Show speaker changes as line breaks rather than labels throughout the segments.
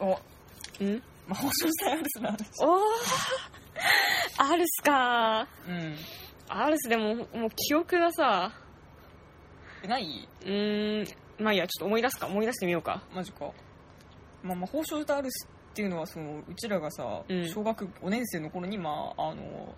お、
うん
魔法少女アルスの話。
おーアルスか
うん。
アルスでももう記憶がさ
えない？
うーんまあいいやちょっと思い出すか思い出してみようか
マジか。まあ魔法少女アルスっていうのはそのうちらがさ、
うん
小学5年生の頃にまああの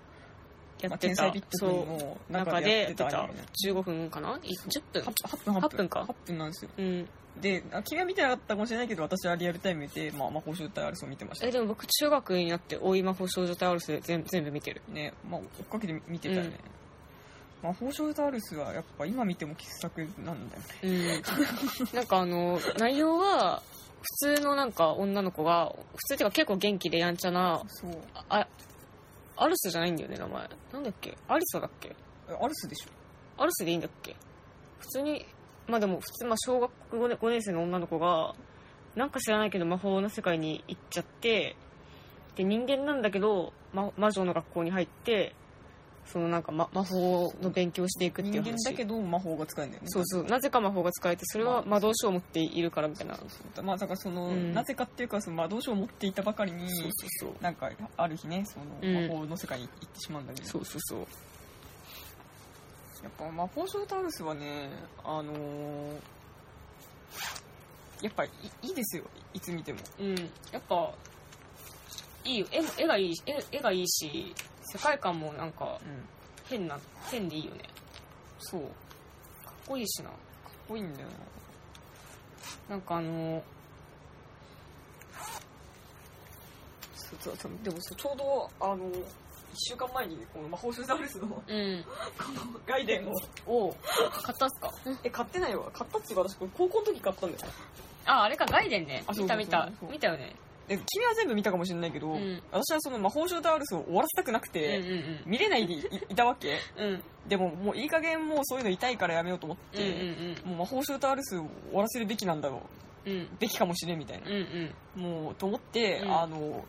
や
まあ
って
天
た
才ビット
そ
君
う
の中
中
で
で
やっ
やってて
たア
た
ニメね。
15分かな10分
8分
8分か
8分なんですよ
うん
であ君は見てなかったかもしれないけど私はリアルタイムで、まあ、魔法少女アルスを見てました
えでも僕中学になって大井魔法少女隊アルス全全部見てる
ねまあ、追っかけて見てたよね、魔法少女アルスはやっぱ今見ても傑作なんだよね
うん なんかあの内容は普通のなんか女の子が普通っていうか結構元気でやんちゃな
そう
ああアルスじゃないんだよね名前なんだっけアリサだっけ
えアルスでしょ
アルスでいいんだっけ普通にまあでも普通、まあ、小学5年 ,5 年生の女の子がなんか知らないけど魔法の世界に行っちゃってで人間なんだけど、ま、魔女の学校に入ってそのなんか、ま、魔法の勉強をしていくっていう
人
話
間だけど魔法が使えるんだよね
そうそうなぜか魔法が使えてそれは魔導書を持っているからみたいな
そうそうまあだからその、
うん
なぜかっていうかその魔導書を持っていたばかりに
そうそうそう
なんかある日ねその、
うん
魔法の世界に行ってしまうんだけど
そうそうそう
やっぱ魔法少女アルスはねあのーやっぱいいいですよいつ見ても
うんやっぱいいよ絵も絵がいい絵絵がいいし世界観もなんか
うん
変な変でいいよね
そうか
かっこいいしな
っこいいんだよな
なんかあの
そうそうそうでもそうちょうどあの1週間前にこの魔法少女アルスのこ
うん
のガイデンを
を買ったっすか
え買ってないわ買ったっていうか私これ高校の時買ったんだよ
ああれかガイデンね
あそう
見た見た
そうそう
見たよね
え君は全部見たかもしれないけど、
うん
私はその魔法少女アルスを終わらせたくなく
うん
て、見れないでいいたわけ
うんうんうん
でももういい加減もうそういうの痛いからやめようと思っ
うん
て、もう魔法少女アルスを終わらせるべきなんだろ
うんうん
うべきかもしれんみたいな
うんうん
もうと思って、
うん
あの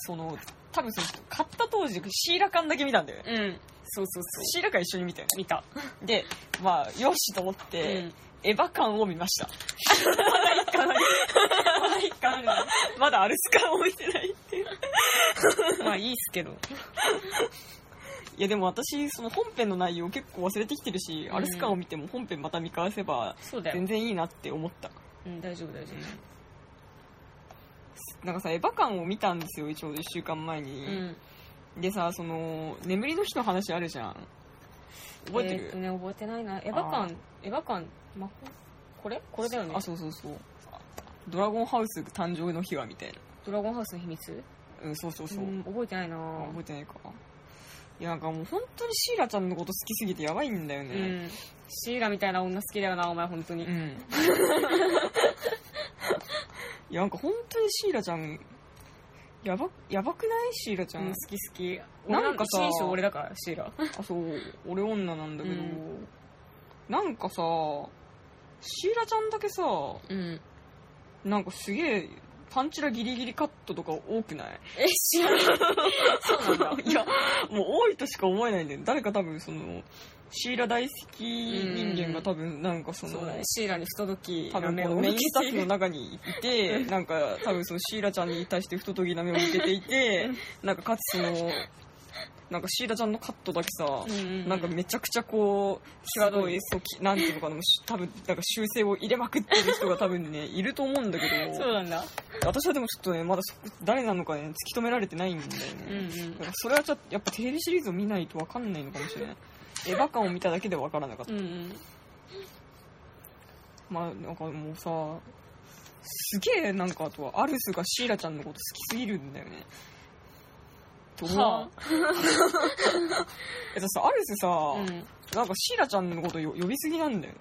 その多分その買った当時シーラカンだけ見たんだよね
うんそうそうそ
シーラカン一緒に見たよね
う見た
でまあよしと思っ
う
て、
ん
エヴァ感を見ましたまだ一巻あるまだ一巻あるまだアルス感を見てないっていう
まあいいっすけど
いやでも私その本編の内容結構忘れてきてるし、
うん
アルス感を見ても本編また見返せば
そうだ
全
よ
然いいなって思った
うん大丈夫大丈
なんかさエヴァ感を見たんですよちょうど1週間前
夫
に
う、ん
でさその眠りの日の話あるじゃん覚えて
えー
る
っ、とね覚えてないなエヴァ
あ
館エヴァ館魔法これこれだよね
あそうそうそうドラゴンハウス誕生の日はみたいな
ドラゴンハウスの秘密
うんそうそうそう、
ん覚えてないな
あ覚えてないかいやなんかもう本当にシーラちゃんのこと好きすぎてやばいんだよ
う
ね
んシーラみたいな女好きだよなお前本当
う
に
いやなんか本当にシーラちゃんやばやばくないシーラちゃん、
うん好き好き
なんか
なんか
さ
一人称俺だからシーラ
あそう俺女なんだけど、
うん
なんかさシーラちゃんだけさ
うん
なんかすげえパンチラギリギリカットとか多くない
え知らないそう なんだ
いや、もう多いとしか思えないんだよ。誰か多分その、シーラ大好き人間が多分なんかその、
そうだねシーラに不届き
多
な
分
目
こ
を
の
向
メイン
け
スタ
て
ッ
い
フの
る
中にいて、なんか多分そのシーラちゃんに対して不届きな目を向けていて、なんかかつその、なんかシーラちゃんのカットだけさ、なんかめちゃくちゃこう、す
際ど
ご
い
い、そうきなんていうのかな、し多分なんか修正を入れまくってる人が多分ね、いると思うんだけ
そう
ど、
なんだ
私はでもちょっとね、まだそこ誰なのかね、突き止められてないんだよね。
うんうん
だからそれはちょっとやっぱテレビシリーズを見ないと分かんないのかもしれないエヴァ感を見ただけで分からなかった、
うんうん
まあなんかもうさすげえなんかあとはアルスがシーラちゃんのこと好きすぎるんだよねと思わん
は
えだってさアルスさ、
うん
なんかシーラちゃんのことよ呼びすぎなんだよ ね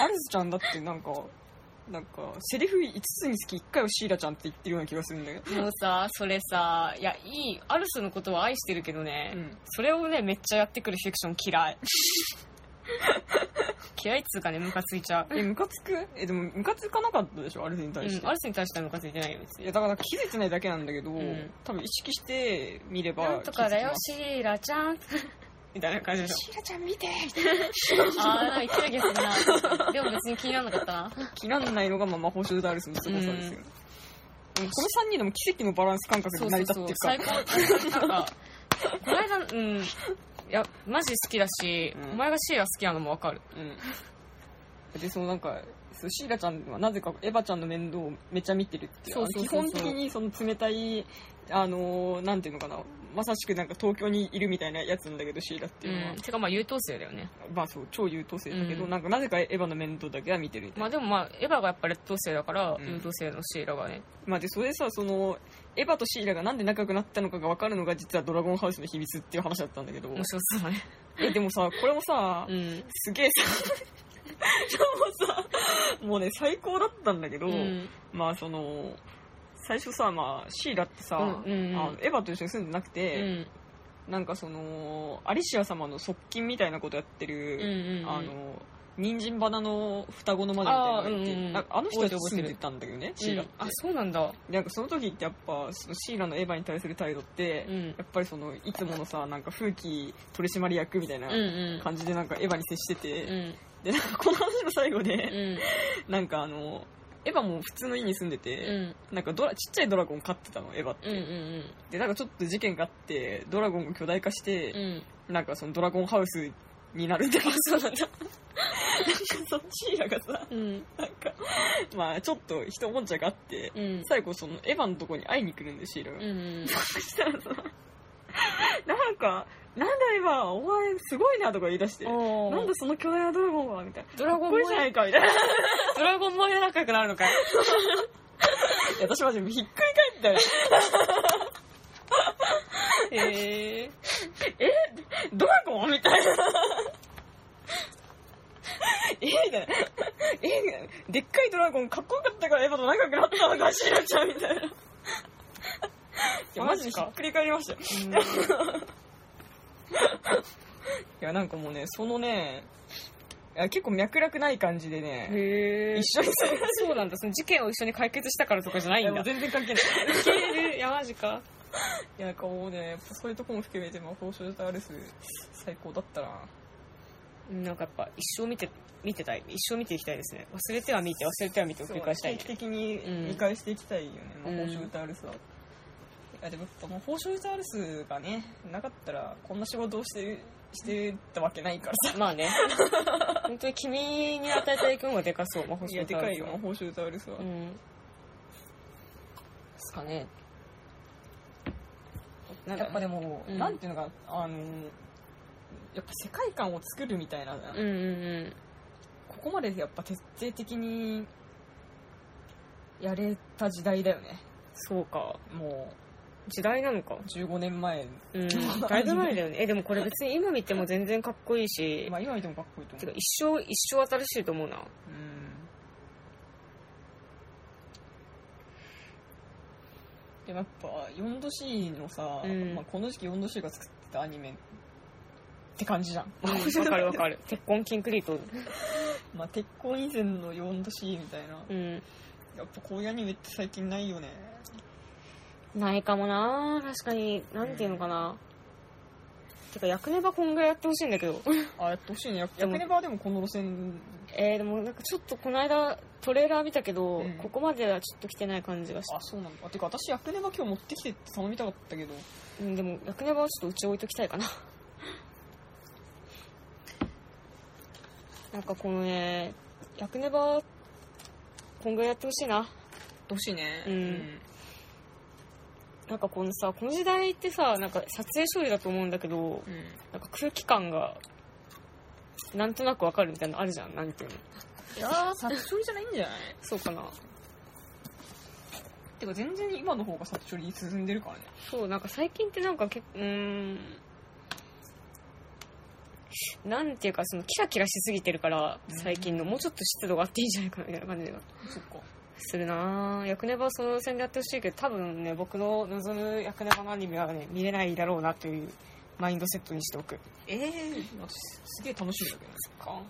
アルスちゃんだってなんかなんかセリフ5つにつき1回はシーラちゃんって言ってるような気がするんだけど
もうさそれさいやいいアルスのことは愛してるけどね、
うん
それをねめっちゃやってくるフィクション嫌 い嫌いっつうかねムカついちゃう、
えムカつくえでもムカつかなかったでしょアルスに
うん、ア
対
ル
して、
スに対してはムカついてないよ別
い
に
やだから気づいてないだけなんだけど、
ん
多分意識して見れば
なんとかだよ
気づきます
シーラちゃんみたいな感じでしょ
シーラちゃん見て
あー、なんか言ってる気が するな。でも別に気にならなかったな。
切らないのがまあ魔法少女ダールスの凄さですよ、でもこの3人でも奇跡のバランス感覚
そ
で
う
成
そ
り
う
立
そ
って
う
る。から
最高。なんか、
こ の間、うん。いや、マジ好きだし、
うん
お前がシーラ好きなのもわかる。
うん、でそのなんかそうシーラちゃんはなぜかエヴァちゃんの面倒をめっちゃ見てるっていう
そうそうそうそう
あの基本的にその冷たいあのーなんていうのかなまさしくなんか東京にいるみたいなやつなんだけどシーラって
う
いうのは、
ん。てかまあ優等生だよね。
まあそう超優等生だけど、
うん
なんかなぜかエヴァの面倒だけは見てるみたいな
まあでもまあ、エヴァがやっぱ劣等生だから、
うん
優等生のシーラがね。
まあ、でそれでさそのエヴァとシーラがなんで仲良くなったのかが分かるのが実はドラゴンハウスの秘密っていう話だったんだけど
面白そうだね。
えでもさこれもさ、
うん。
すげえさ でもさもうね最高だったんだけど、
うん。
まあその最初さ、まあ、シーラってさ、
うんうん
あのエヴァと一緒に住んでなく
う
て、
ん。
なんかそのアリシア様の側近みたいなことやって
うん
る、
うん。
あの人参バナの双子の魔女みたいなのがいて
あーうんうん
なんかあの人たち
覚えて
住
る
んでたんだけどね
う
シー
ん
ラって、
あ、そうなんだ。
なんかその時ってやっぱそのシーラのエヴァに対する態度って、
うん。
やっぱりそのいつものさなんか風紀取締役みたいな
うんうん。
感じでなんかエヴァに接してて、
うん。
でなんかこの話の最後で、
う ん。
なんかあのエヴァも普通の家に住んでて、
うん。
なんかドラちっちゃいドラゴン飼ってたのエヴァって、
うんうん
でなんかちょっと事件があってドラゴンが巨大化して
うん。う、ん。
なんかそのドラゴンハウスになるんだけど
あ、そうなんだ。
そっちらがさ
うん。
なんかまあちょっと一悶着があって、
うん。
最後そのエヴァのとこに会いに来るんでシーラが、
うん。
そしたらさなんか「なんだエヴァお前すごいな」とか言い出して「
お
なんだその巨大なドラゴンは」みたいな「
ドラゴン
こ
萌
れじゃな
え、
いか」みたいない
ドラゴン萌えで仲良くなるのかい
や私マジひっくり返ったよ
へえ。
ドラゴンみたいな。ええみたいな。ええみたいな。でっかいドラゴンかっこよかったからエヴァと仲良くなったのか、シーラちゃんみたいな。いや、マジでひっくり返りましたよ。いや、なんかもうね、そのね、いや結構脈絡ない感じでね、
へえ。
一緒にさ、
そうなんだ。その事件を一緒に解決したからとかじゃないい
や
ん
も
だ
う。全然関係ない。
消える。いや、マジか。
いや、なんかもうね、そういうとこも含めて、魔法少女とアルス、最高だったな。
なんかやっぱ一生見て、見てたい。一生見ていきたいですね。忘れては見て、忘れては見てを繰り返したいね
定。期的に見返していきたいよね、魔法少女とアルスは。いやでもやっぱ魔法少女とアルスがねなかったらこんな仕事をしてしてたわけないからさ
まあね。本当に君に与えた影響がでかそう。魔法
い
少
や
女
で
タワ
か
ー
いよ魔法少女とアルスは、
うん。ですかね。なん
やっぱ
か、
でも、
うん
なんていうのかあのやっぱ世界観を作るみたいな、
うんうん
ここまでやっぱ徹底的にやれた時代だよね
そうか。
も
時代なのか。
う15年前、
うん。だいぶ前だよね。え、でもこれ別に今見ても全然かっこいいし
ま、あ、今見てもかっこいいと
て
思
か
う
一生、一生新しいと思うな。
うんでもやっぱ4度 C のさ、
うん
まあ、この時期4度 C が作ってたアニメって感じじゃん、
わかるわかる。鉄痕キンクリート。
まあ、鉄鋼以前の4度 C みたいな
うん。
やっぱこういうアニメって最近ないよね
ないかもな確かに。なんていうのかな。てか、役ネバこんぐらいやってほしいんだ けど。
あやってほしいねや
でも
役ネバはでもこの路線
えー、でもなんかちょっとこの間トレーラー見たけど、
うん
ここまではちょっと来てない感じがし
あそうなんだてか私役ネバ今日持ってきてって頼みたかったけど
て。うんでも、役ネバはちょっとうち置いときたいかな。なんかこのね、役ネバこんぐらいやってほしいな。
どしいね
うんなんかこのさ、この時代ってさ、なんか撮影処理だと思うんだけど、
うん、
なんか空気感が、なんとなくわかるみたいなのあるじゃん、なんていうの。
いやー殺処理じゃないんじゃない
そうかな。
てか全然今の方が殺処理進んでるからね
そう、なんか最近ってなんか結構、うーん。なんていうか、そのキラキラしすぎてるから、最近の、もうちょっと湿度があっていいんじゃないかな、みたいな感じが
そっか
するなぁ。役ネバはその線でやってほしいけど、多分ね、僕の望む役ネバのアニメはね、見れないだろうなというマインドセットにしておく。
ええ私すげえ楽しみだけどね
か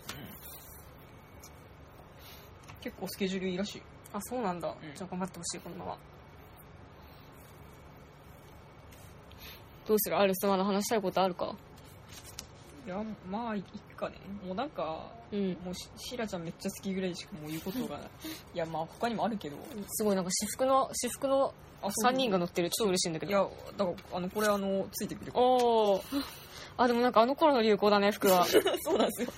結構スケジュールいいらしい
あ、そうなんだ。
ん
じゃあ頑張ってほしい、このまま。どうするアルスまだ話したいことあるか
いやまあいっかねもうなんか
うん
もうしシーラちゃんめっちゃ好きぐらいしかもう言うこと がいやまあ他にもあるけど
すごいなんか私服の私服の
あ
3人が乗ってる超嬉しいんだけ
い
ど
やだからあのこれあのついてくるから
おおあでもなんかあの頃の流行だね 服は
そうなんですよ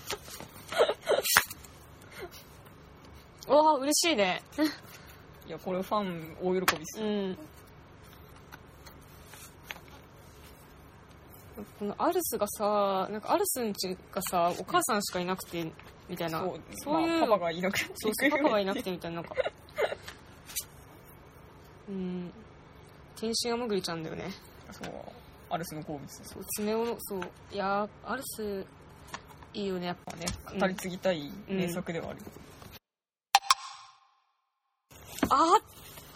わあ嬉しいね
いやこれファン大喜びっす
う
よ、
んこのアルスがさなんかアルスんちがさお母さんしかいなくてみたいな
そう
そういう
まあ、パパがいなくなって
そうそう、パパがいなくてみたいな、なんか。うん。天真あまぐりちゃんだよね。
そうアルスの好物です
そ
よ
う、爪をの、そう。いやー、アルス、いいよね、やっぱ。
まあね語り継ぎたい名作ではある、
あー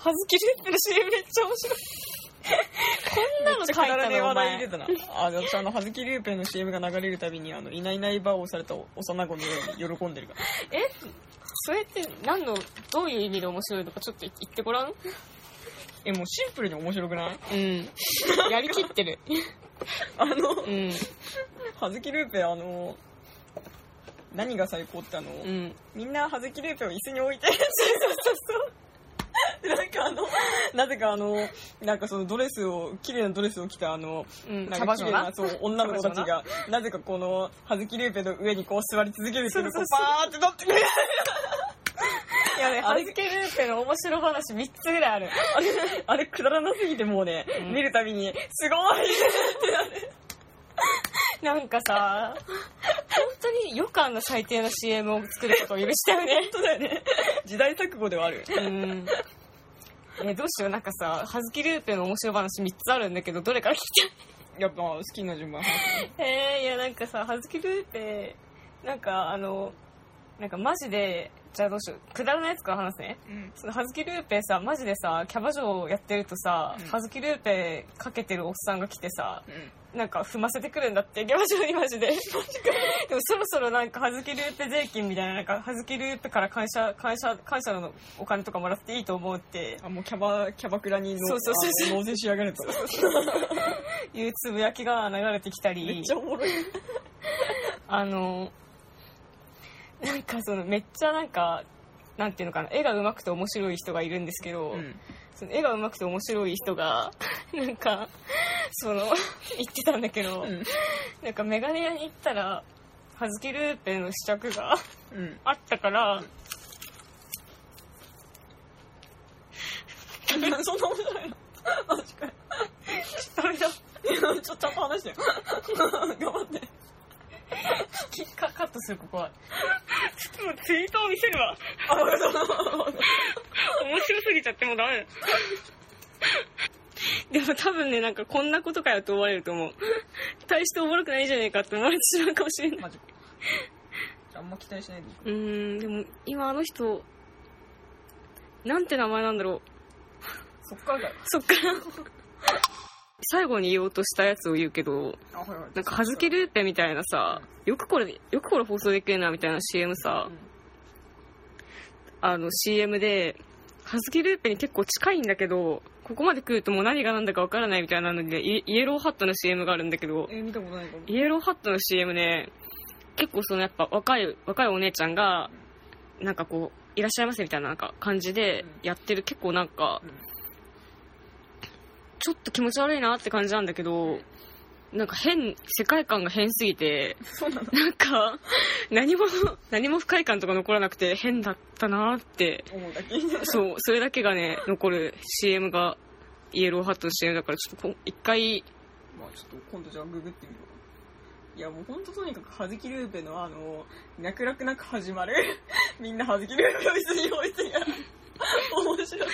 はずきレップの CM めっちゃ面白い。こんなの書い
くだらねえ
たのお
話題
前
出。たな。あ、私あの、はずきルーペンの CM が流れるたびに、あの、いないいないばあをされた幼子のように喜んでるから。
それって何の、どういう意味で面白いのかちょっと言ってごらん
え、もうシンプルに面白くない
うん。やりきってる。
あの、
うん。
はずきルーペン、あの、何が最高ってあの、
うん。
みんなはずきルーペンを椅子に置いて、そうそうそう。でなんかあの、なぜかあの、なんかそのドレスを、綺麗なドレスを着たあの、
うん。
な
茶
ん
葉
か綺
女
麗
な
な。そう女の子たちがなぜかこの葉月ルーペの上にこう座り続けるけどこうバーってなってくるいやね
は
あ
ず
れ
きレップの面白話3つぐらいある。
あれあれくだらなすぎてもうね、
うん
見るたびにすごい
なんかさ、本当に予感の最低な CM を作ることを許したよね。
そうだよね時代錯誤ではある
うん。ね、どうしよう、なんかさ、葉月ルーペの面白い話3つあるんだけど、どれから聞き
やっぱ好きな順番
たいえー、いや、なんかさ、葉月ルーペ、なんかあの、なんかマジで、じゃあどうしよう、くだらないやつから話すね。
うん
その葉月ルーペさ、マジでさ、キャバ嬢やってるとさ
うん、
葉月ルーペかけてるおっさんが来てさ、
うん
なんか踏ませてくるんだって、ギャバ嬢にマ ジで。でもそろそろなんか、はずきルーペ税金みたいな、なんか、はずきルーペから感謝、感謝、感謝のお金とかもらっていいと思うって
あもうキャバキャバクラにの
そうそうそう
あの納税しやがると
いうつぶやきが流れてきた
め
り
っち、ゃおもろい
あの、なんかその、めっちゃなんか、なんていうのかな、絵が上手くて面白い人がいるんですけど、その絵が上手くて面白い人が、 なんか、その、 言ってたんだけど、
うん
なんかメガネ屋に行ったら、はずきルーペの試着が、
うん
あったから、
そんな面白いの確かに
それが
ちょっとちゃんと話してよ頑張って
きカカットする、ここは。ちょっとツイートを見せるわ。
あ俺の
面白すぎちゃってもうダメだ。 でも多分ね、なんかこんなことかよと思われると思う。大しておもろくないじゃねえかって思われてしまうかもしれない。
マジかじゃああんま期待しないでいいう
ーん、でも今あの人、なんて名前なんだろう。
そっからだよ
そっから。最後に言おうとしたやつを言うけど、
あはいはい
なんか、はずきルーペみたいなさ、よくこれ、よくこれ放送できるな、みたいな CM さ、あの CM で、はずきルーペに結構近いんだけど、ここまで来るともう何が何だかわからないみたいなので、イイエローハットの CM があるんだけど、
えー見たことないかも
イエローハットの CM ね、結構そのやっぱ若い、若いお姉ちゃんが、なんかこう、いらっしゃいませみたいななんか感じでやってる、結構なんか、ちょっと気持ち悪いなって感じなんだけど、なんか変、世界観が変すぎて、
そうなの
なんか、何も、何も不快感とか残らなくて変だったなって、
思うだけい
そう、それだけがね、残る CM が、イエローハットの CM だから、ちょっとこ一回、
まあちょっと今度じゃあググってみよういやもうほんととにかく葉月ルーペのあの脈絡なく始まる みんな葉月ルーペを椅子に置いてやる面白い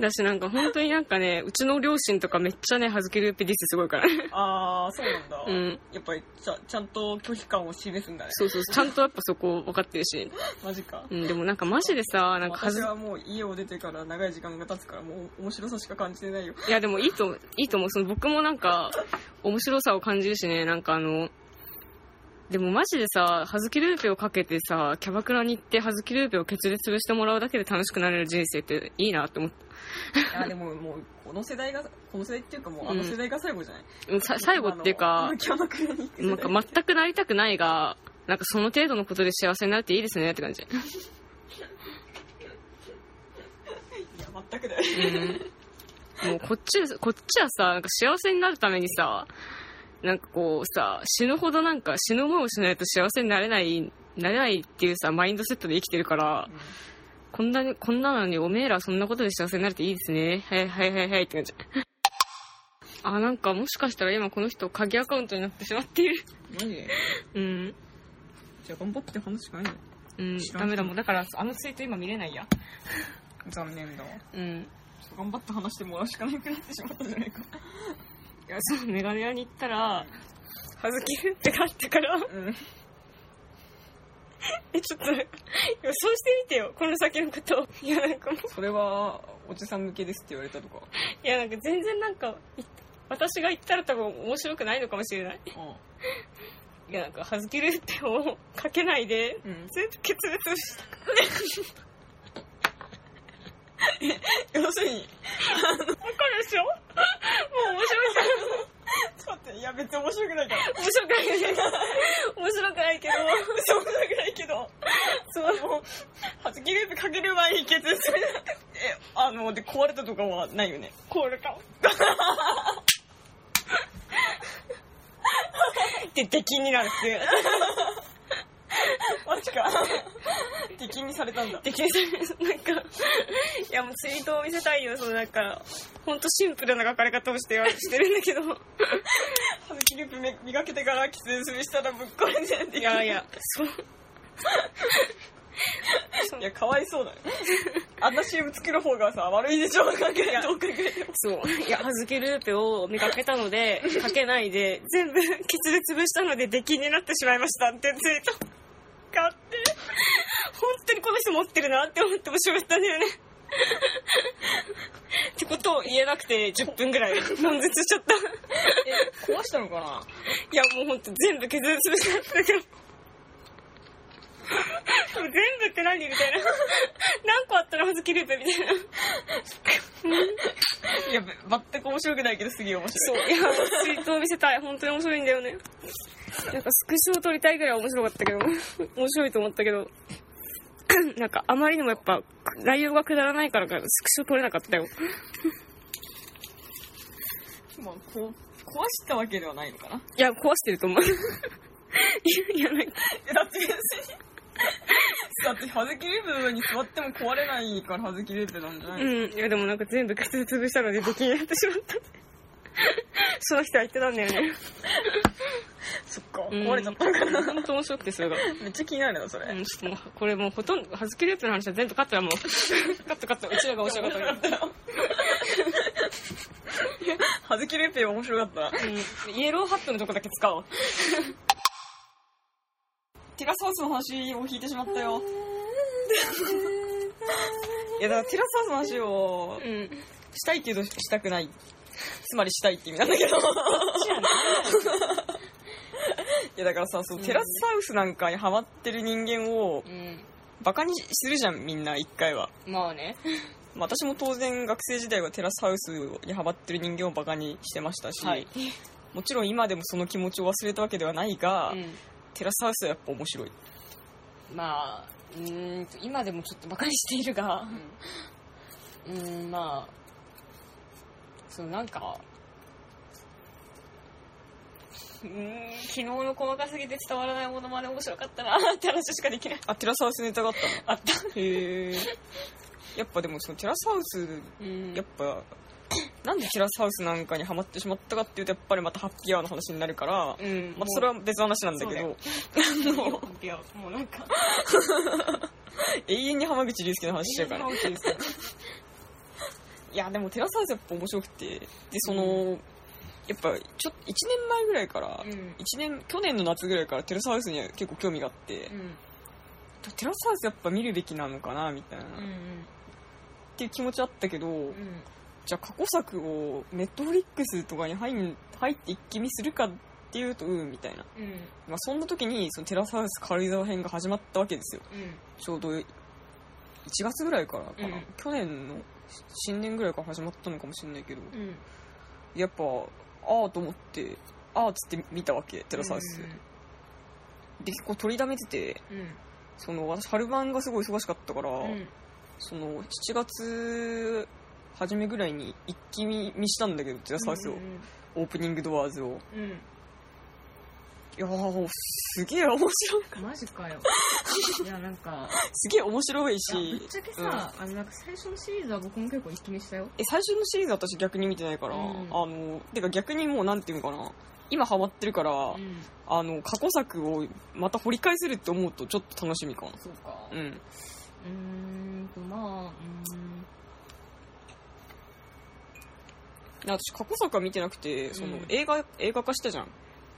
だしなんか本当になんかね、うちの両親とかめっちゃね、はずきループディスすごいからね。
ああそうなんだ、
うん。
やっぱりちゃちゃんと拒否感を示すんだね
そうそう、ちゃんとやっぱそこ分かってるし。
マジか
うん、でもなんかマジでさ、なんかは
私
ず、
はもう家を出てから長い時間が経つからもう面 白さしか感じて ないよ
いやでもいいと、いいと思う。その僕もなんか、面白さを感じるしね、なんかあの、でもマジでさ、ハズキルーペをかけてさ、キャバクラに行ってハズキルーペをケツで潰してもらうだけで楽しくなれる人生っていいなって思っ
いやでももうこの世代がこの世代っていうかもうあの世代が最後じゃない、
た。さ最後っていうか、
キャバクラに行く世代
なんか全くなりたくないが、なんかその程度のことで幸せになるっていいですねって感じ。
いや全くだよ
うん、もうこっち、こっちはさ、なんか幸せになるためにさ、なんかこうさ、死ぬほどなんか死ぬ思いをしないと幸せになれない、なれないっていうさ、マインドセットで生きてるから、こんなに、こんなのにおめえらそんなことで幸せになれていいですね。はいはいはいはいって感じ。あ、なんかもしかしたら今この人鍵アカウントになってしまっている。
マジで
うん。
じゃあ頑張って話しかないの
うん。ダメだもん。だからあのツイート今見れないや。
残念だわ
うん。
ちょっと頑張って話してもらうしかなくなってしまったじゃないか
いや、そう、メガネ屋に行ったら、はずきって買ってから、
うん
え、ちょっと、予想してみてよ、この先のことを。いや、なんかもう、
それはおじさん向けですって言われたとか
いや、なんか全然なんか、い私が言ったら多分面白くないのかもしれない。いや、なんか、はずきルーペをかけないで、
うん
全部決裂した。
要するに
わかるでしょもう面白いじ
ちょっと待っていや別に面白くないから
ゃん。面白くないけど、面白くないけど、
そう面白くないけどそうもう初キループかける前に決裂するえあので壊れたとかはないよね
これか。で、出禁になるっていう。
マジか敵にされたんだ
できるなんか、いやもうツイートを見せたいよ、そのなんか、ほんとシンプルな書かれ方をしてよしてるんだけど、
初キループめ磨けてからキスするしたらぶっ壊れてるって
いやいや、そう、
いやかわいそうだよあんな CM 作る方がさ悪いでしょなんかどう考えても
そう、いや、はずけルーペを見かけたので、かけないで、全部、ケツで潰したので、出禁になってしまいましたってツイート買って、本当にこの人持ってるなって思って面白かったんだよね。ってことを言えなくて、10分ぐらい、悶絶しちゃった。
え壊したのかない
や、もうほんと全部削り潰しちゃったけど。全部って何みたいな。何個あったらはずきループみたいな。
いやべ全く面白くないけどすげえ面
そ
白
う
い。
いや、ツイートを見せたい。本当に面白いんだよね。なんかスクショを撮りたいぐらい面白かったけど、面白いと思ったけど、 なんかあまりにもやっぱ内容がくだらないからか、スクショ撮れなかったよ。
まあこう壊したわけではないのかない
や、壊してると思う。 いや、なんか、
えだって別に だってハズキループの上に座っても壊れないからハズキループなんじゃない、
うん。いや、でもなんか全部口で潰したので出禁になってしまった。その人は言ってたんだよね。
そっか
うん
壊れちゃったのかな、
本当面白くてそれが。
めっちゃ気になるなそれ、
うん、ちょっともう、これもうほとんど、はずきループの話は全部カットだもう。 カットカット、うちらが面白かったから。
ハズキループ面白かった
うん、イエローハットのとこだけ使おう。
テラスハウスの話を引いてしまったよいやだからテラスハウスの話を
うん。
したいけどしたくないつまりしたいって意味なんだけど いやだからさそうテラスハウスなんかにハマってる人間を
うん。
バカにするじゃんみんな一回は
まあね。
まあ私も当然学生時代はテラスハウスにハマってる人間をバカにしてましたし、
はい。
もちろん今でもその気持ちを忘れたわけではないが、
うん。
テラスハウスはやっぱ面白い
まあ、うーんと、今でもちょっと馬鹿にしているが、うーん、まあ、そのなんか、うーん、昨日の細かすぎて伝わらないものまで面白かったなって話しかできない。
あテラスハウスネタがあったの
あった。
へえ やっぱでもそのテラスハウス
うん
やっぱなんでテラスハウスなんかにハマってしまったかっていうとやっぱりまたハッピーアワーの話になるから、
うん。
まあ、それは別の話なんだけど
もう、いや、もうなんか、
永遠に浜口竜介の話しちゃうからいやでもテラスハウスやっぱ面白くてでその、
う
やっぱちょ1年前ぐらいから、
うん
一年去年の夏ぐらいからテラスハウスには結構興味があって、テラスハウスやっぱ見るべきなのかなみたいな、
うん。う
っ
ん。
ていう気持ちあったけど、
うん。
じゃあ過去作をネットフリックスとかに入ん入って一気見するかっっていうとうーみたいな、
うんうん
まあ、そんな時にそのテラスハウス軽井沢編が始まったわけですよちょうど1月ぐらいからかな、
うん
去年の新年ぐらいから始まったのかもしれないけど
うん
やっぱああと思ってああっつって見たわけテラスハウス、で結構取りだめてて
うんうん
その私春晩がすごい忙しかったから、
うん
その7月初めぐらいに一気見見したんだけどテラスハウスを、
うん
オープニングドアーズを
うん
いやーすげえ面白い
うんマジかよいやなんか
すげえ面白い
いや
し
ぶっちゃけさ、あのなんか最初のシリーズは僕も結構一気にしたよ
え最初のシリーズ私逆に見てないから、
うん
あのてか逆にもうなんていうのかな今ハマってるから、
うん
あの過去作をまた掘り返せるって思うとちょっと楽しみかな
そうか
うん
うーんとまあうーん
で私過去作は見てなくてその、
うん
映画映画化したじゃん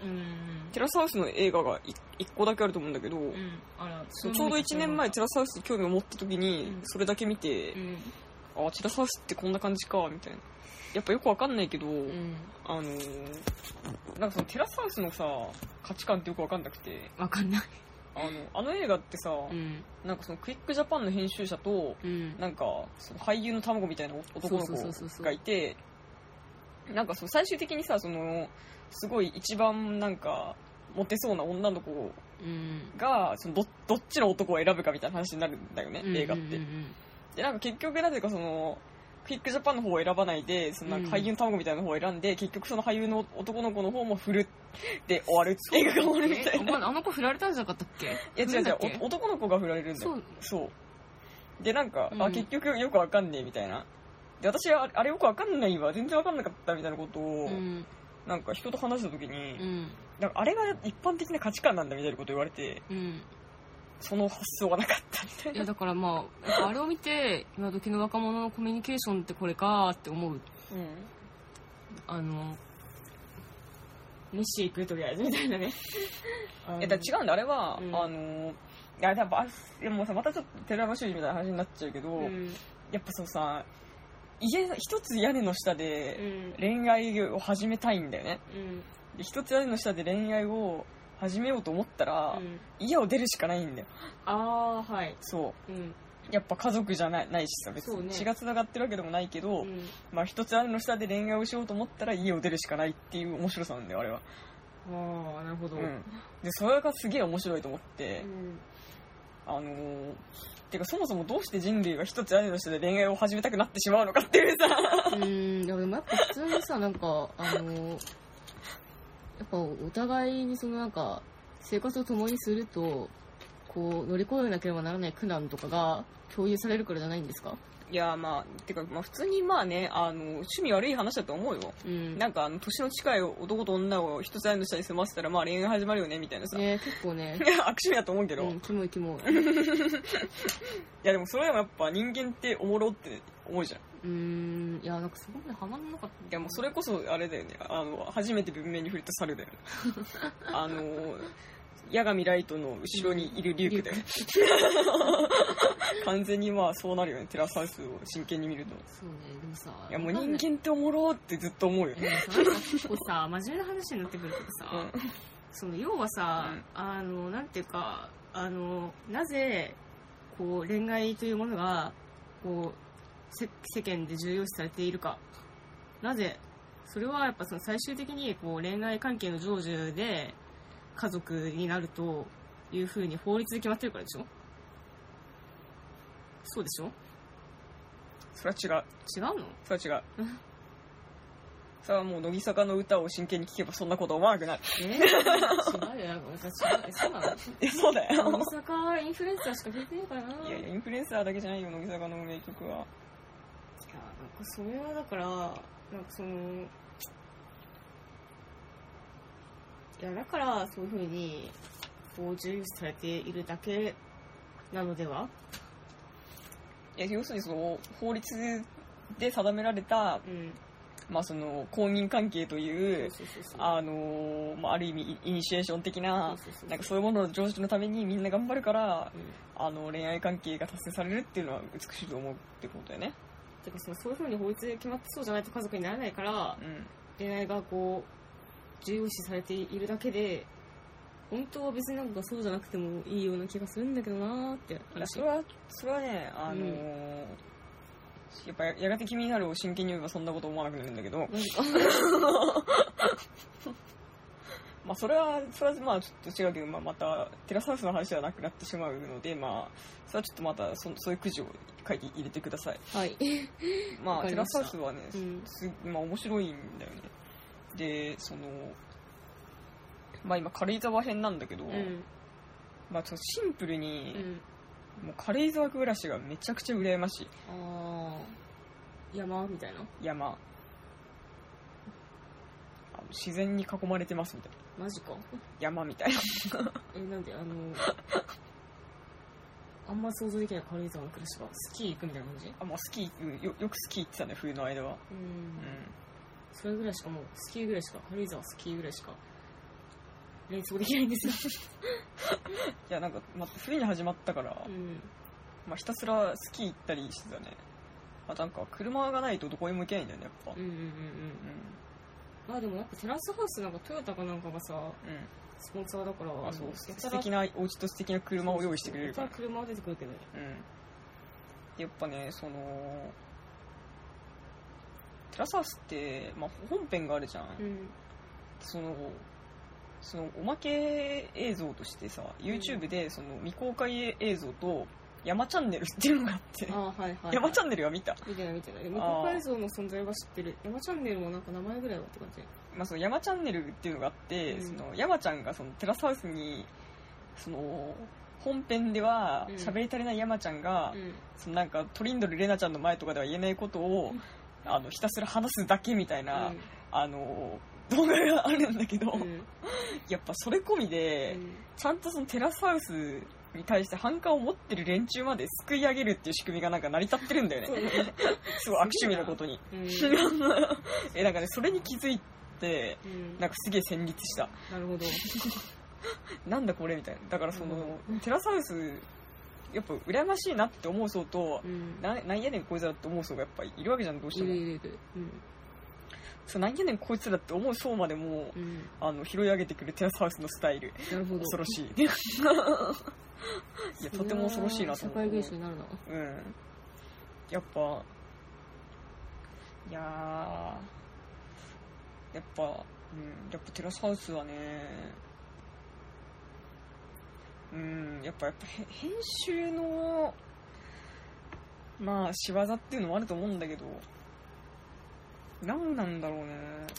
うん
テラスハウスの映画が1個だけあると思うんだけど、
うんあら
そうちょうど1年前テラスハウスに興味を持った時に
うん
それだけ見て、
うん
ああテラスハウスってこんな感じかみたいなやっぱよくわかんないけど、
うん
あのーなんかそのテラスハウスのさ価値観ってよくわかんなくて
わかんない
あのあの映画ってさ、
うん
なんかそのクイックジャパンの編集者と
うん
なんかその俳優の卵みたいな男の子
そうそうそうそうそう
がいてなんかその最終的にさそのすごい一番なんかモテそうな女の子
うん
がそのどどっちの男を選ぶかみたいな話になるんだよね、映画って、
うん
でなんか結局なぜかそのクイックジャパンの方を選ばないでそのなんか俳優の卵みたいな方を選んで、結局その俳優の男の子の方も振るって終わる 映画が終わるみた
え
い
お
な
前あの子振られたんじゃなかったっけ
いや違う
なんだっけ
違うお男の子が振られるんだよ
そう
そうでなんか、
う
あ
ん
結局よくわかんねえみたいなで私はああれよくわかんないわ全然わかんなかったみたいなことを、
うん
なんか人と話した時に、
うん
なんかあれが一般的な価値観なんだみたいなこと言われて
うん
その発想がなかったみたい
い
な
やだからまあやっぱあれを見て今時の若者のコミュニケーションってこれかーって思うあの飯行くとりあえずみたいなね
えだから違うんだあれは、
うん
あのいややっぱあでもさまたちょっと寺山修司みたいな話になっちゃうけど、
うん
やっぱそうさ家一つ屋根の下
う
で
ん
恋愛を始めたいんだよね
うん
で一つ屋根の下で恋愛を始めようと思ったら、家を出るしかないんだよ
ああはい
そう
うん
やっぱ家族じゃないないしさ別
そう
に
ね
血がつながってるわけでもないけど、
うん
まあ一つ屋根の下で恋愛をしようと思ったら家を出るしかないっていう面白さなんだよあれは、
ああなるほ
う
ど
ん、でそれがすげえ面白いと思って、
うん
あのー、てかそもそもどうして人類が一つ屋根の下で恋愛を始めたくなってしまうのかっていうさ、
うんでもやっぱ普通にさなんかあのやっぱお互いにそのなんか生活を共にするとこう乗り越えなければならない苦難とかが共有されるからじゃないんですか
いやまあてかまあ普通にまあねあの趣味悪い話だと思うよ
うん
なんかあの年の近い男と女を一つ屋根の下に住ませたらまあ恋愛始まるよねみたいなさ、
ね結構ね
いや 悪趣味だと思うけど、
う
い
んキモいキモい
やでもそれでもやっぱ人間っておもろって思うじゃん
うーんいやなんかすごくねハマんなかった
いやもうそれこそあれだよねあの初めて文明に触れた猿 だよねあの八神ライトの後ろにいるリュウクだよね 完全にまあそうなるよねテラスハウスを真剣に見ると
そうねでもさ
いやもう人間っておもろってずっと思うよ
いやさなんか結構さ真面目な話になってくるけどさ、
う
その要はさ、
うん
あのなんていうかあのなぜこう恋愛というものがこうせ世間で重要視されているかなぜそれはやっぱその最終的にこう恋愛関係の成就で家族になるというふうに法律で決まってるからでしょそうでしょ
それは違う
違うの
それは違うそれはもう乃木坂の歌を真剣に聴けばそんなこと思わなくなる
えー、違うよなんか違うえそうな の
えそうだよ
大阪インフルエンサーしか聞いてないからない
やいやインフルエンサーだけじゃないよ乃木坂の名曲はい
やなんかそれはだからなんかそのいやだからそういうふうにこう重要視されているだけなのではい
や要するにその法律で定められた
うん
まあ、その公認関係という
そうそうそう
あのーまあ、ある意味イイニシエーション的な
そうそうそう
なんかそういうものの常識のためにみんな頑張るから
うん
あの恋愛関係が達成されるっていうのは美しいと思うってことだよね、
てかそのそういうふうに法律で決まってそうじゃないと家族にならないから
うん、
恋愛がこ重要視されているだけで本当は別になんかそうじゃなくてもいいような気がするんだけどなーって
いやそ
話
れはそれはねあのー
うん
やっぱやがて君になるを真剣に言えばそんなこと思わなくなるんだけど
マジか
まあそれはそれはまあちょっと違うけど、まあ、またテラスハウスの話ではなくなってしまうのでまあそれはちょっとまたそそういうくじを書いて入れてください
はい
ま
わ
あ
かり
テ
ま
ラ
し
ス
た
ハウスはね、
うん
すまあ面白いんだよねでそのまあ今軽井沢編なんだけど、
うん
まあちょっとシンプルに
う、ん
もう軽井沢暮らしがめちゃくちゃ羨ましい
あー山みたいな
山あの自然に囲まれてますみたいな
マジか
山みたいな
えなんであの あんま想像できない軽井沢の暮らしがスキー行くみたいな感じ
あ、まあ、スキー行くよよくスキー行ってたね冬の間は、
うん、
うん、
それぐらいしかもうスキーぐらいしか軽井沢スキーぐらいしか連想できないんですよ、
いやなんか、まあ、冬に始まったから、
うん、
まあ、ひたすらスキー行ったりしてたねあとなんか車がないとどこにも行けないんだよねやっぱ
うんうんうんうんまあでもやっぱテラスハウスなんかトヨタかなんかがさ
うん、
スポンサーだから
うん、あそう
のやた
素
ら
敵なお家と素敵な車を用意してくれるから
やたら車は出てくるけどね
うん、やっぱねそのテラスハウスって、まあ、本編があるじゃん、
うん
そのそのおまけ映像としてさ YouTube でその未公開映像と山チャンネルっていうのがあって
ああはいはい
山チ
ャン
ャンネルは見た、
見てない見てない未公開像の存在は知ってる山チャンネルもなんか名前ぐらいはって感じ
まあ、その山チャンネルっていうのがあって、
うん
その山ちゃんがそのテラスハウスにその本編では
うん
喋り足りない山ちゃんが、
うん
そのなんかトリンドルレナちゃんの前とかでは言えないことを、あのひたすら話すだけみたいな、あの動画があるんだけど、
うんうん
やっぱそれ込みで、ちゃんとそのテラスハウスに対して反感を持ってる連中まですくい上げるっていう仕組みがなんか成り立ってるんだよ
そう
ね
だね
すごい悪趣味なことに
う
えなんかねそれに気づいて
ん
なんかすげえ戦慄した
なるほど
なんだこれみたいなだからその、
うん
テラスハウスやっぱ羨ましいなって思う層と
うん
ななんやねんこいつらって思う層がやっぱいるわけじゃんどうし
い
て
る
も
いるいるうん
そうなんやねんこいつらって思う層までも
うん
あの拾い上げてくるテラスハウスのスタイル
なるほど
恐ろしいい やとても恐ろしいなと
社
思う
会現象になるな
うんやっぱいやーやっぱ、うん、やっぱテラスハウスはねうんやっぱやっぱへ編集のまあ仕業っていうのもあると思うんだけどなんなんだろうね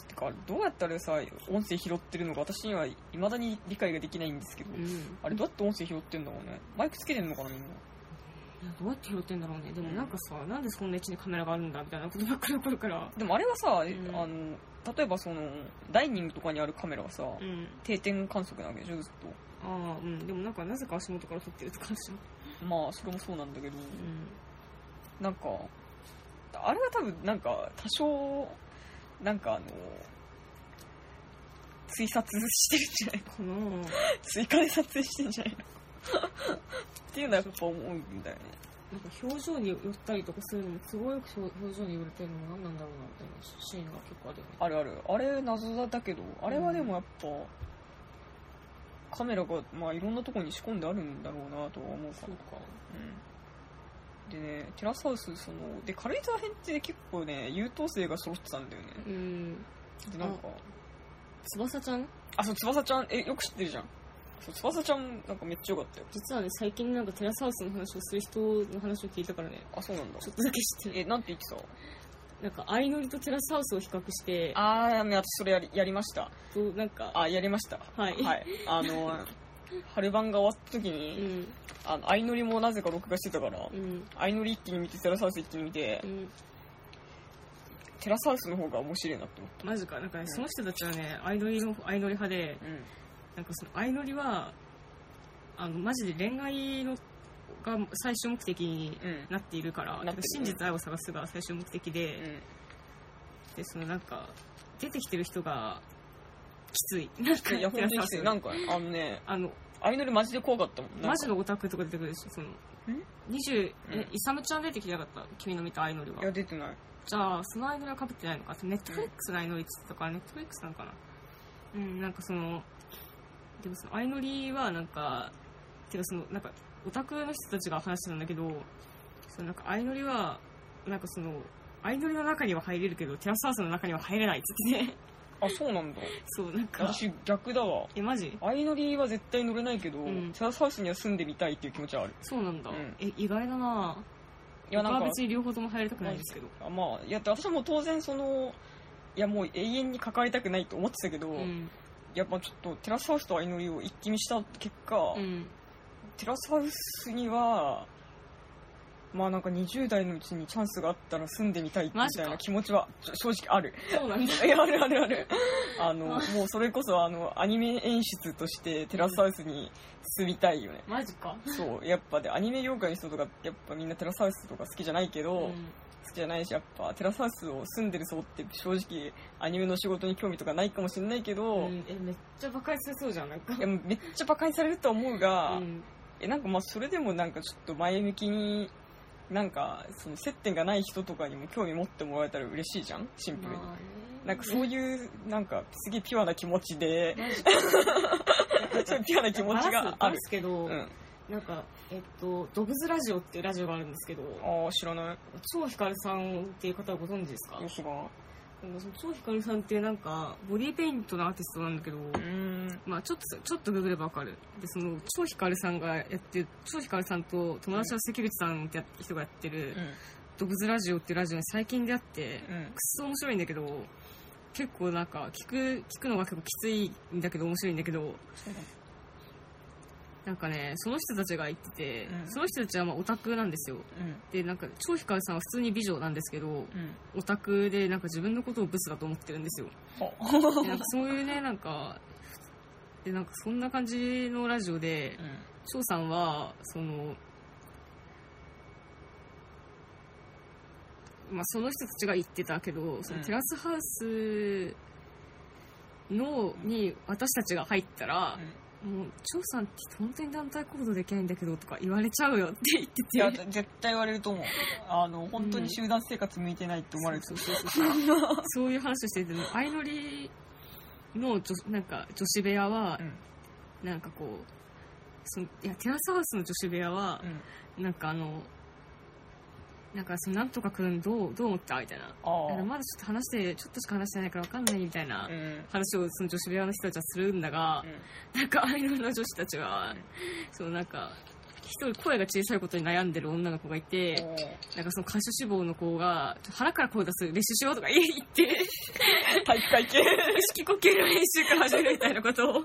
てかどうやったらさ音声拾ってるのか私にはいまだに理解ができないんですけど、
うん
あれどうやって音声拾ってんだろうねマイクつけてんのかなみんな
どうやって拾ってんだろうねでもなんかさなんでそんな位置にカメラがあるんだみたいなことばっかり起こるから
でもあれはさ、
ん
あの例えばそのダイニングとかにあるカメラはさ、
うん
定点観測なわけでしょずっと
ああうんでもなんかなぜか足元から撮ってるとかでしょ
まあそれもそうなんだけど、
うん
なんかあれは多分なんか多少なんかあの追撮してるんじゃない
かな
追加で撮影してんじゃないの っていうのはやっぱ思うんだよね
なんか表情に寄ったりとかするのもすごい表表情に寄れてるのも何なんだろうなみたいなシーンが結構あるよね
あるあるあれ謎だったけどあれはでもやっぱ、カメラが、まあ、いろんなとこに仕込んであるんだろうなとは思うから
そうか
でね、テラスハウス、その、で、軽井沢編って結構ね、優等生が揃ってたんだよね。
うん
で、なんか、
翼ちゃん
あ、そう、翼ちゃん、え、よく知ってるじゃん。そう、翼ちゃん、なんかめっちゃよかったよ。
実はね最近なんかテラスハウスの話をする人の話を聞いたからね
あ、そうなんだ
ち。ょっとだけ知ってる
え、なんて言って
なんか相乗りとテラスハウスを比較して
たあー、ね、私それやり、やりました。
となんか
あ、やりました。
はい
はい。あの、 春晩が終わった時
う
に、
ん
あの、相乗りもなぜか録画してたから
う、ん
相乗り一気に見て、テラスハウス一気に見て
う、ん
テラスハウスの方が面白いなって思っ
マジか、なんかね、その人たちはね、アイドリの、アイドリ派で、
た。うん。
なんかその、アイドリは、あの、マジで恋愛の、が最終目的に
うん。
なっているから、
なってる
真実愛を探すが最終目的で、
うん。
で、そのなんか、出てきてる人が、きつ い。なんか、
いや、本当にきつい。なん
か、
か、あのね、
あの、
相乗りマジで怖かったもん。なんか
マジのオタクとか出てくるでしょ、その、20、
うん
え、イサムちゃん出てきてなかった君の見たアイドリはい
や、。出てない。
じゃあ、そのアイドルは被ってないのかネットフリックスのアイドリって言ってたから、ネットフリックスなのかなうん、なんかその、でもその、相乗りはなんか、てかその、なんか、オタクの人たちが話してたんだけど、そのなんか相乗りは、なんかその、相乗りの中には入れるけど、テラスハウスの中には入れないっつってね。
あそうなんだ
そう、なんか、
私逆だわ
え、マジ
相乗りは絶対乗れないけど、
うん
テラスハウスには住んでみたいっていう気持ちはある
そうなんだ。
うん
え、意外だないぁ。
いやな
僕
ん
は
か
別に両方とも入りたくないんですけど。
あまあいや私はもう当然そのいやもう永遠に関わりたくないと思ってたけど、
うん。
やっぱちょっとテラスハウスと相乗りを一気見した結果、
うん。
テラスハウスにはまあなんか20代のうちにチャンスがあったら住んでみたいみ
マジ
たい
か
な気持ちはちょ正直ある
そうなんだ。
いやあるあるあるあの
あ
もうそれこそあのアニメ演出としてテラスハウスに住みたいよね
マジか。
そうやっぱでアニメ業界の人とかってやっぱみんなテラスハウスとか好きじゃないけど、
う
好
ん
きじゃないしやっぱテラスハウスを住んでる層って正直アニメの仕事に興味とかないかもしれないけど、
うんえ、めっちゃ馬鹿にされそうじゃん、なんか
い。やもうめっちゃバカにされるとは思うが、
うん
えなんかまあそれでもなんかちょっと前向きになんかその接点がない人とかにも興味持ってもらえたら嬉しいじゃんシンプルに、
まあね
なんかそういうなんかすげえピュアな気持ちでそういうピュアな 気持ちがあ
バラ
る
すけど、
うん、
なんか、えっと、ドブズラジオっていうラジオがあるんですけど、
ああ知らない
超ひかるさんっていう方はご存知ですか
よしが
その超ひかるさんっていうなんか、ボディーペイントのアーティストなんだけど、
うん
まあちょっと、ちょっとググればわかる。で、その、超ひかるさんがやってる、超ひかるさんと友達の関口さんってや人がやってる、ドブズラジオっていうラジオに最近出会って、
うんうん
くっそ面白いんだけど、結構なんか、聞く、聞くのが結構きついんだけど、面白いんだけど、なんかね、その人たちが言ってて、
うん
その人たちはまあオタクなんですよ。
うん
で、なんか、超ひかるさんは普通に美女なんですけど、
うん
オタクでなんか自分のことをブスだと思ってるんですよ。
あ
でなんかそういうね、なんか、で、なんかそんな感じのラジオで、翔さんは、その、まあ、その人たちが言ってたけど、その
うん
テラスハウスの、に私たちが入ったら、もう、翔さんって本当に団体行動できないんだけどとか言われちゃうよって言って
い
て。
やぜ絶対言われると思うあの本当に集団生活向いてないって思われる
そうそうそうそう そういう話をしてて相乗りの女なんか女子部屋は
う、ん
なんかこうそのいやテラスハウスの女子部屋は
う、ん
なんかあのなんかそのなんとかくんどうどう思ったみたいな
あ
なんか
あ
まだちょっと話してちょっとしか話してないから分かんないみたいな
うん
話をその女子部屋の人たちはするんだが、なんか相乗りの女子たちは、
うん
そのなんか一人声が小さいことに悩んでる女の子がいて、
おー
なんかその歌手志望の子が、腹から声出す練習しようとか言って、意
体育会系
識呼吸の練習から始めるみたいなこと を、女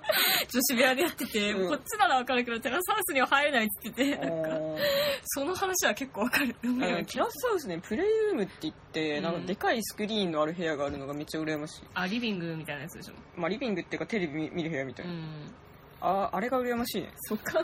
子部屋でやってて、
うん
こっちならわかるけど、テラスハウスには入れないって言ってて、
おー
その話は結構わかる。
あのテラスハウスねプレイルームって言って、
うん
なんかでかいスクリーンのある部屋があるのがめっちゃ羨ましい、
あ、リビングみたいなやつでしょ。
まあ、リビングっていうかテレビ見る部屋みたいうな、
ん。
ああれが羨ましいね
そっか。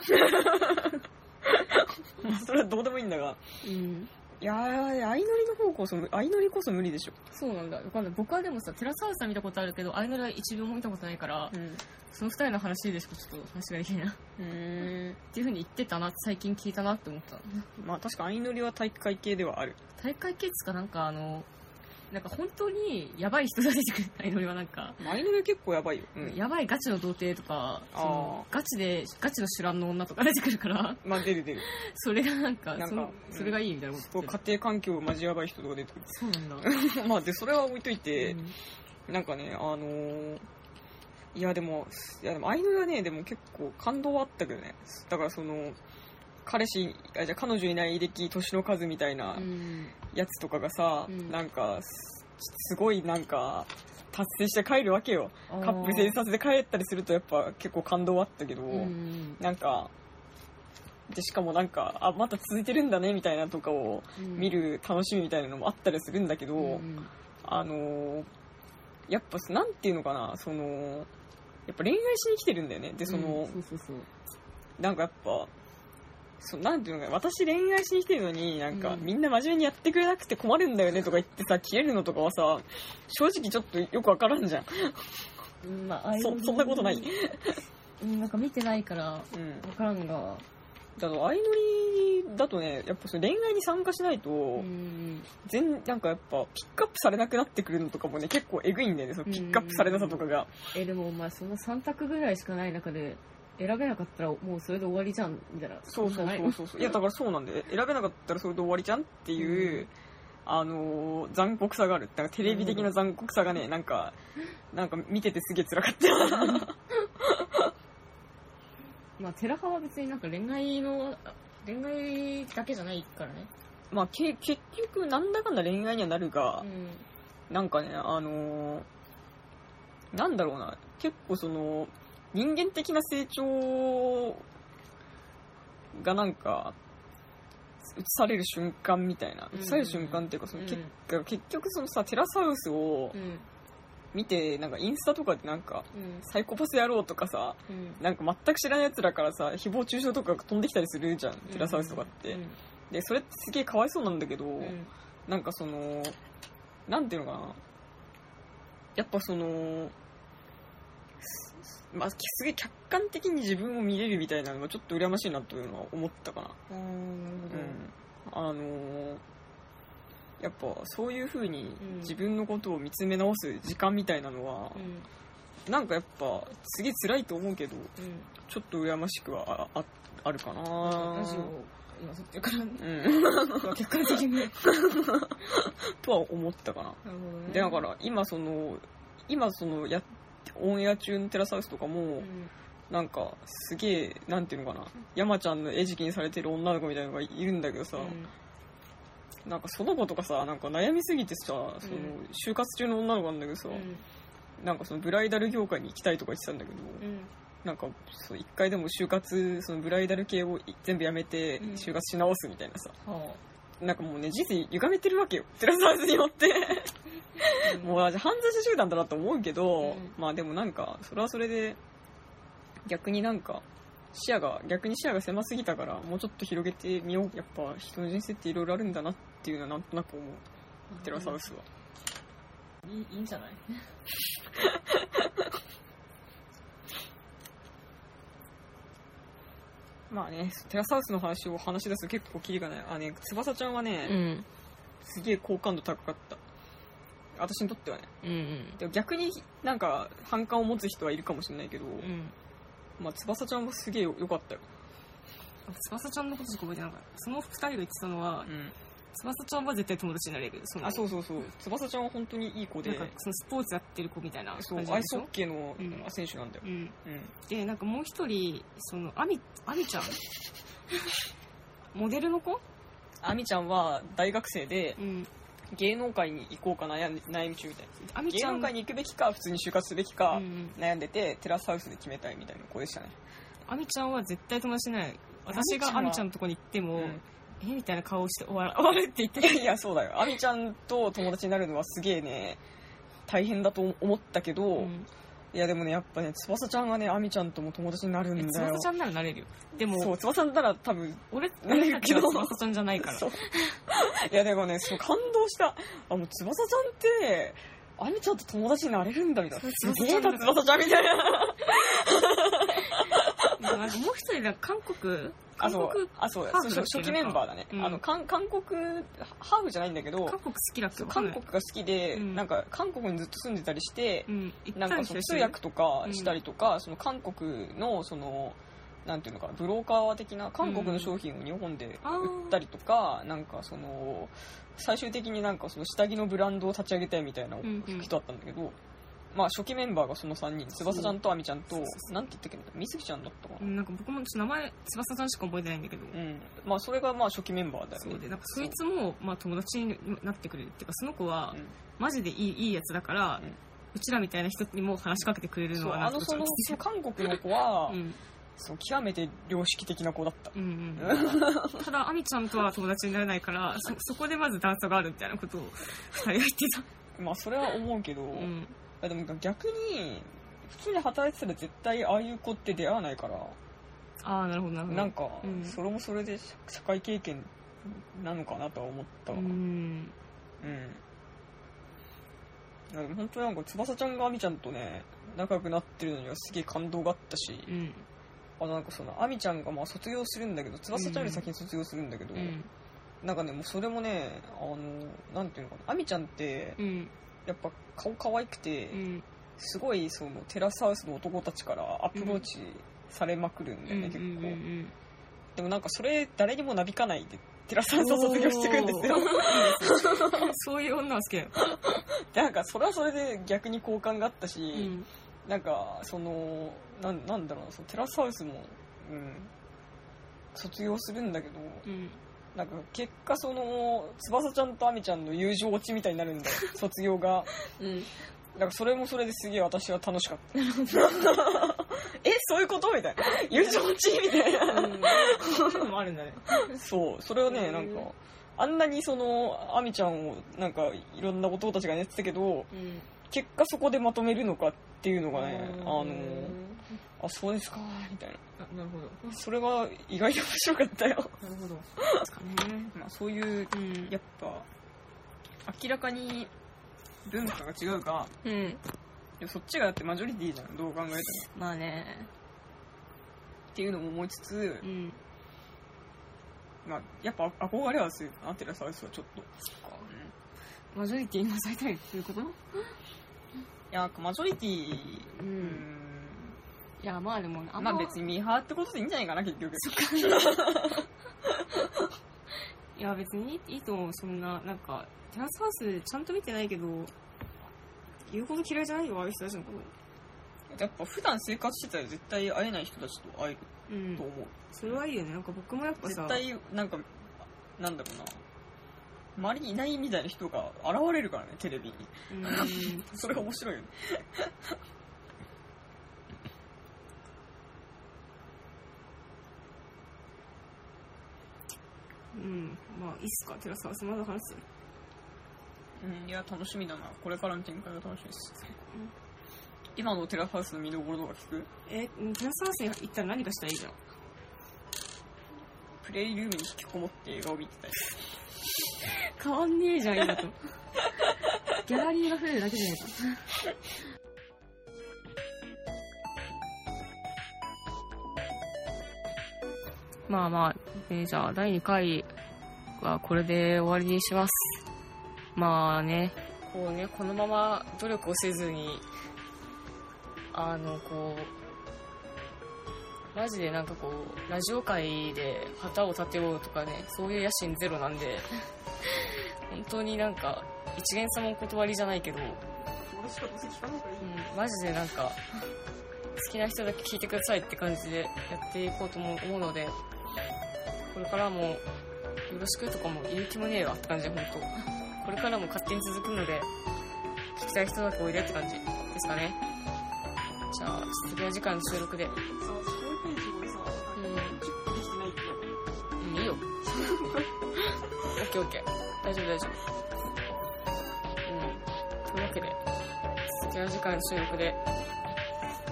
まあ それはどうでもいいんだが
うん。
いやー相乗りの方こそ相乗りこそ無理でしょ、
そうなんだ。わかんない。僕はでもさ、テラスハウスは見たことあるけど、アイドルは一秒も見たことないから、
うん
その二人の話でしかちょっと話ができないな。っ
うん
ていうふうに言ってたな、最近聞いたなって思った。
まあ確か相乗りは体育会系ではある
大会系っつうかなんかあのなんか本当にやばい人が出てくるアイドルはなんか、
まあ相乗りは結構やばいよ、うん、
やばいガチの童貞とかその
あ
ガチでガチの手乱の女とか出てくるから
まあ出る出る
それがなんか
なんか
その
うん
それがいいみたいなこと
こ
言
う
って
家庭
る
環境マジやばい人とか出てく
そうなんだ、
るまあでそれは置いといて、
うん
なんかね、あのーいやでも、いやでも、アイドルはね、でも結構感動はあったけどね。だからその、彼氏、あ、じゃあ彼女いない歴、年の数みたいな
うん
やつとかがさ、
うん
なんか、すすごいなんか、達成して帰るわけよ。カップル成立させて帰ったりするとやっぱ結構感動はあったけど、
うん
なんか、で、しかもなんか、あ、また続いてるんだねみたいなとかを
うん
見る楽しみみたいなのもあったりするんだけど、
うん
あのーやっぱなんていうのかなそのやっぱ恋愛しに来てるんだよねでその、
うんそうそうそう
なんかやっぱそなんていうのかな私恋愛しに来てるのになんか、
うん
みんな真面目にやってくれなくて困るんだよねとか言ってさ消えるのとかはさ正直ちょっとよくわからんじゃん
うんまあアイドル
そそんなことない
うんなんか見てないからわ
うん
からんが
だと相乗りだとねやっぱその恋愛に参加しないと、
うん
全なんかやっぱピックアップされなくなってくるのとかもね結構えぐいんだよねそのピックアップされなさとかが
えでもお前その3択ぐらいしかない中で選べなかったらもうそれで終わりじゃんみたいな
そうそう
な
そ
ん
う
か
そうそういやだからそうなんで選べなかったらそれで終わりじゃんっていう、あのー残酷さがあるだからテレビ的な残酷さがねなんかなんか見ててすげえ辛かった
まあ寺派は別になんか恋愛のあ恋愛だけじゃないからね
まあけ結局なんだかんだ恋愛にはなるが
う、ん
なんかねあのーなんだろうな結構その人間的な成長がなんか映される瞬間みたいな
うん
映される瞬間っていうかその、結結局そのさテラサウスを
うんうん
見てなんかインスタとかでなんか
うん
サイコパス野郎とかさ
うん
なんか全く知らない奴らからさ誹謗中傷とかが飛んできたりするじゃんテラサウスとかって、
うん
でそれってすげえかわいそうなんだけど、
うん
なんかその、なんていうのかな。やっぱその、すまあ、すげえ客観的に自分を見れるみたいなのがちょっと羨ましいなというのは思ったかな。
あーなるほ
うん。
ど
あのーやっぱそういう風に
うん
自分のことを見つめ直す時間みたいなのは、なんかやっぱすげえ辛いと思うけど、
うんうん
ちょっと羨ましくはあああるかな
ラジオ今そっちから
うん。
結果的になる
とは思ったかな。
ほどね
でだから今その今そのやオンエア中のテラサウスとかも、
うん
なんかすげえなんていうのかな山ちゃんの餌食にされてる女の子みたいなのがいるんだけどさ、
うん
なんかその子とかさなんか悩みすぎてさその
うん
就活中の女の子なんだけどさ、
うん
なんかそのブライダル業界に行きたいとか言ってたんだけど、
うん
なんかそう一回でも就活そのブライダル系を全部やめて
うん
就活し直すみたいなさ、
は
なんかもうね人生歪めてるわけよ テラサウスによって
あ
もう犯罪者集団だなと思うけど、
うん
まあでもなんかそれはそれで逆になんか視野が逆に視野が狭すぎたからもうちょっと広げてみようやっぱ人の人生っていろいろあるんだなっていうのはなんとなく思うテラサウスは、
いいいいんじゃない
まあねテラサウスの話を話し出すと結構キリがないあね翼ちゃんはね、
うん
すげえ好感度高かった私にとってはね
うんうん
でも逆になんか反感を持つ人はいるかもしれないけど、
うん
まあ翼ちゃんもすげえよ良かったよ、
翼ちゃんのことしか覚えてなかったその二人が言ってたのは翼ちゃんは絶対友達になれるその
あそうそうそう翼ちゃんは本当にいい子で
なんかそのスポーツやってる子みたいな
そう
感じ
ア
で
イ
し
スホ
ょ
ッケーの
うん
選手なんだよ、
うん、
うん
でなんかもう一人そのアミアミち ゃんモデルの子、
アミちゃんは大学生で
うん、
芸能界に行こうか悩んで悩み中みたいな
アミち
芸
ゃ
能
ん
界に行くべきか普通に就活すべきか、
うん
悩んでてテラスハウスで決めたいみたいな子でしたね、
アミちゃんは絶対友達になれない私がア
アミちゃんは
ミちゃんのとこに行っても、
うん
えみたいな顔して終わら終わるって言って
いやいやそうだよアミちゃんと友達になるのはすげえね大変だと思ったけど、
うん
いやでもねやっぱね翼ちゃんはねアミちゃんとも友達になるんだ
え
よ
翼ちゃんならなれるよでも
そう翼さんなら多分
俺俺たちは
なれるけど
翼ちゃんじゃないから
そう いやでもねそう感動したあもう翼ちゃんってあみちゃんと友達になれるんだみたいな
そう
す
翼
げ
ちゃ
え
んだ
な翼ちゃんみたいな
なんかもう一人なんか韓国
あ
韓
の
国
あそう
ハー
そ
フ
う
だっけ
初期メンバーだね、
なんかうん
あの韓韓国ハーフじゃないんだけど
韓国好きだっけ
韓国が好きで、
うん
なんか韓国にずっと住んでたりして、
うん行
な
っ
ん
た
か
りし
その
たり
通
する
訳とかしたりとか、その韓国のそのなんていうのかなブローカー的な韓国の商品を日本で
あー
売ったりとか、なんかその最終的になんかその下着のブランドを立ち上げたいみたいな
うんうん
人だったんだけど、まあ初期メンバーがその3人翼ちゃんと亜美ちゃんと
そうそうそ
なんて言ったっけな美月ちゃんだったか
う
な、
んなんか僕もちょっと名前翼ちゃんしか覚えてないんだけど、
うんまあそれがまあ初期メンバーだよ
そうで
ね
なんかそいつもまあ友達になってくれるっていうかその子は
うん
マジでいいいいやつだから、う
うん
ちらみたいな人にも話しかけてくれる
そ
の
う
は
あ
なん
の
か
その
ち
その
ょ っ
韓国の子
と
は、
うん
そう極めて良識的な子だった
うんうん、 ただ亜美ちゃんとは友達になれないからそそこでまず段差があるみたいなことを2人は言って
まあそれは思うけど、
た、うん、
いやでも逆に普通に働いてたら絶対ああいう子って出会わないから、
ああなるほどなるほど
なんか
うん
それもそれで社社会経験なのかなとは思った
う
わうん、
ん
いやでも本当になんか翼ちゃんが亜美ちゃんとね仲良くなってるのにはすげえ感動があったし
うん
あなんかその亜美ちゃんがまあ卒業するんだけど翼ちゃんより先に卒業するんだけど、
うん
なんかねもうそれもねあのなんていうのかな亜美ちゃんって
うん
やっぱ顔可愛くて、
うん
すごいそのテラスハウスの男たちからアプローチされまくるんだよ
うん
ね、
う
結構
ん
でもなんかそれ誰にもなびかないでテラスハウスを卒業してくんですよ
おーそういう女は好きだよ、
なんかそれはそれで逆に好感があったし、
うん
なんかそのなんなんだろうなそのテラスハウスも、うん、卒業するんだけど
うん、
なんか結果その翼ちゃんと亜美ちゃんの友情落ちみたいになるん だよ卒業が
うん、
なんかそれもそれですげえ私は楽しかった えそういうことみたいな友情落ちみたいな
うん、もあるんだね。
そうそれを
う
ね
ん
なんかあんなにその亜美ちゃんをなんかいろんな男たちがやってたけど
うん、
結果そこでまとめるのかっていうのがねあの
あ
あそうですかみたいな
なるほど、
それが意外と面白かった よ、
なるほど。ですかね。
まあ、そういう
うん、
やっぱ明らかに文化が違うか
うん、
でもそっちがだってマジョリティじゃんどう考えても
まあね、
っていうのも思いつつ
う、ん、
まあ、やっぱ憧れはするよなテラサウスはちょっとうん
マジョリティにされたいっていうこと？い
いやなんかマジョリティ
う
うん
やまあでもあ
ーん
ん
ま
ま
あ別にミーハーってことでいいんじゃないかな結局
いや別にいいと思うそんななんかテラスハウスちゃんと見てないけど言うほど嫌いじゃないよああいう人たちのこと。
やっぱ普段生活してたら絶対会えない人たちと会える
うん
と、思う、
それはいいよね。なんか僕もやっぱさ
絶、対なんかなんだろうな周りにいないみたいな人が現れるからねテレビに
うん、
それが面白いよね
うん、まあいいっすかテラスハウスまだ話す。
うん、いや、楽しみだな。これからの展開が楽しみです。今のテラハウスの見どころとか聞く
え、テラスハウスに行ったら何かしたらいいじゃん。
プレイルームに引きこもって映画を見てたり。
変わんねえじゃん、今と。ギャラリーが増えるだけじゃないか。まあまあ、えーじゃあ第2回はこれで終わりにします。まあね、こうね、このまま努力をせずに、あの、こう、マジでなんかこう、ラジオ界で旗を立てようとかね、そういう野心ゼロなんで、本当になんか一元様お断りじゃないけど、うん、
私はどうせ聞かないからいい
マジでなんか好きな人だけ聞いてくださいって感じでやっていこうとも思うのでこれからもよろしくとかも言う気もねえわって感じで本当これからも勝手に続くので聞きたい人だけおいでって感じですかねじゃあ次は次回の収録でう
さ、そういうページをさ、キュ
ん
ッとできてないって。
うんいいよオッケーオッケー大丈夫大丈夫うんというわけで次は次回の収録で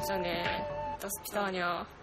じゃあねダスピターニャー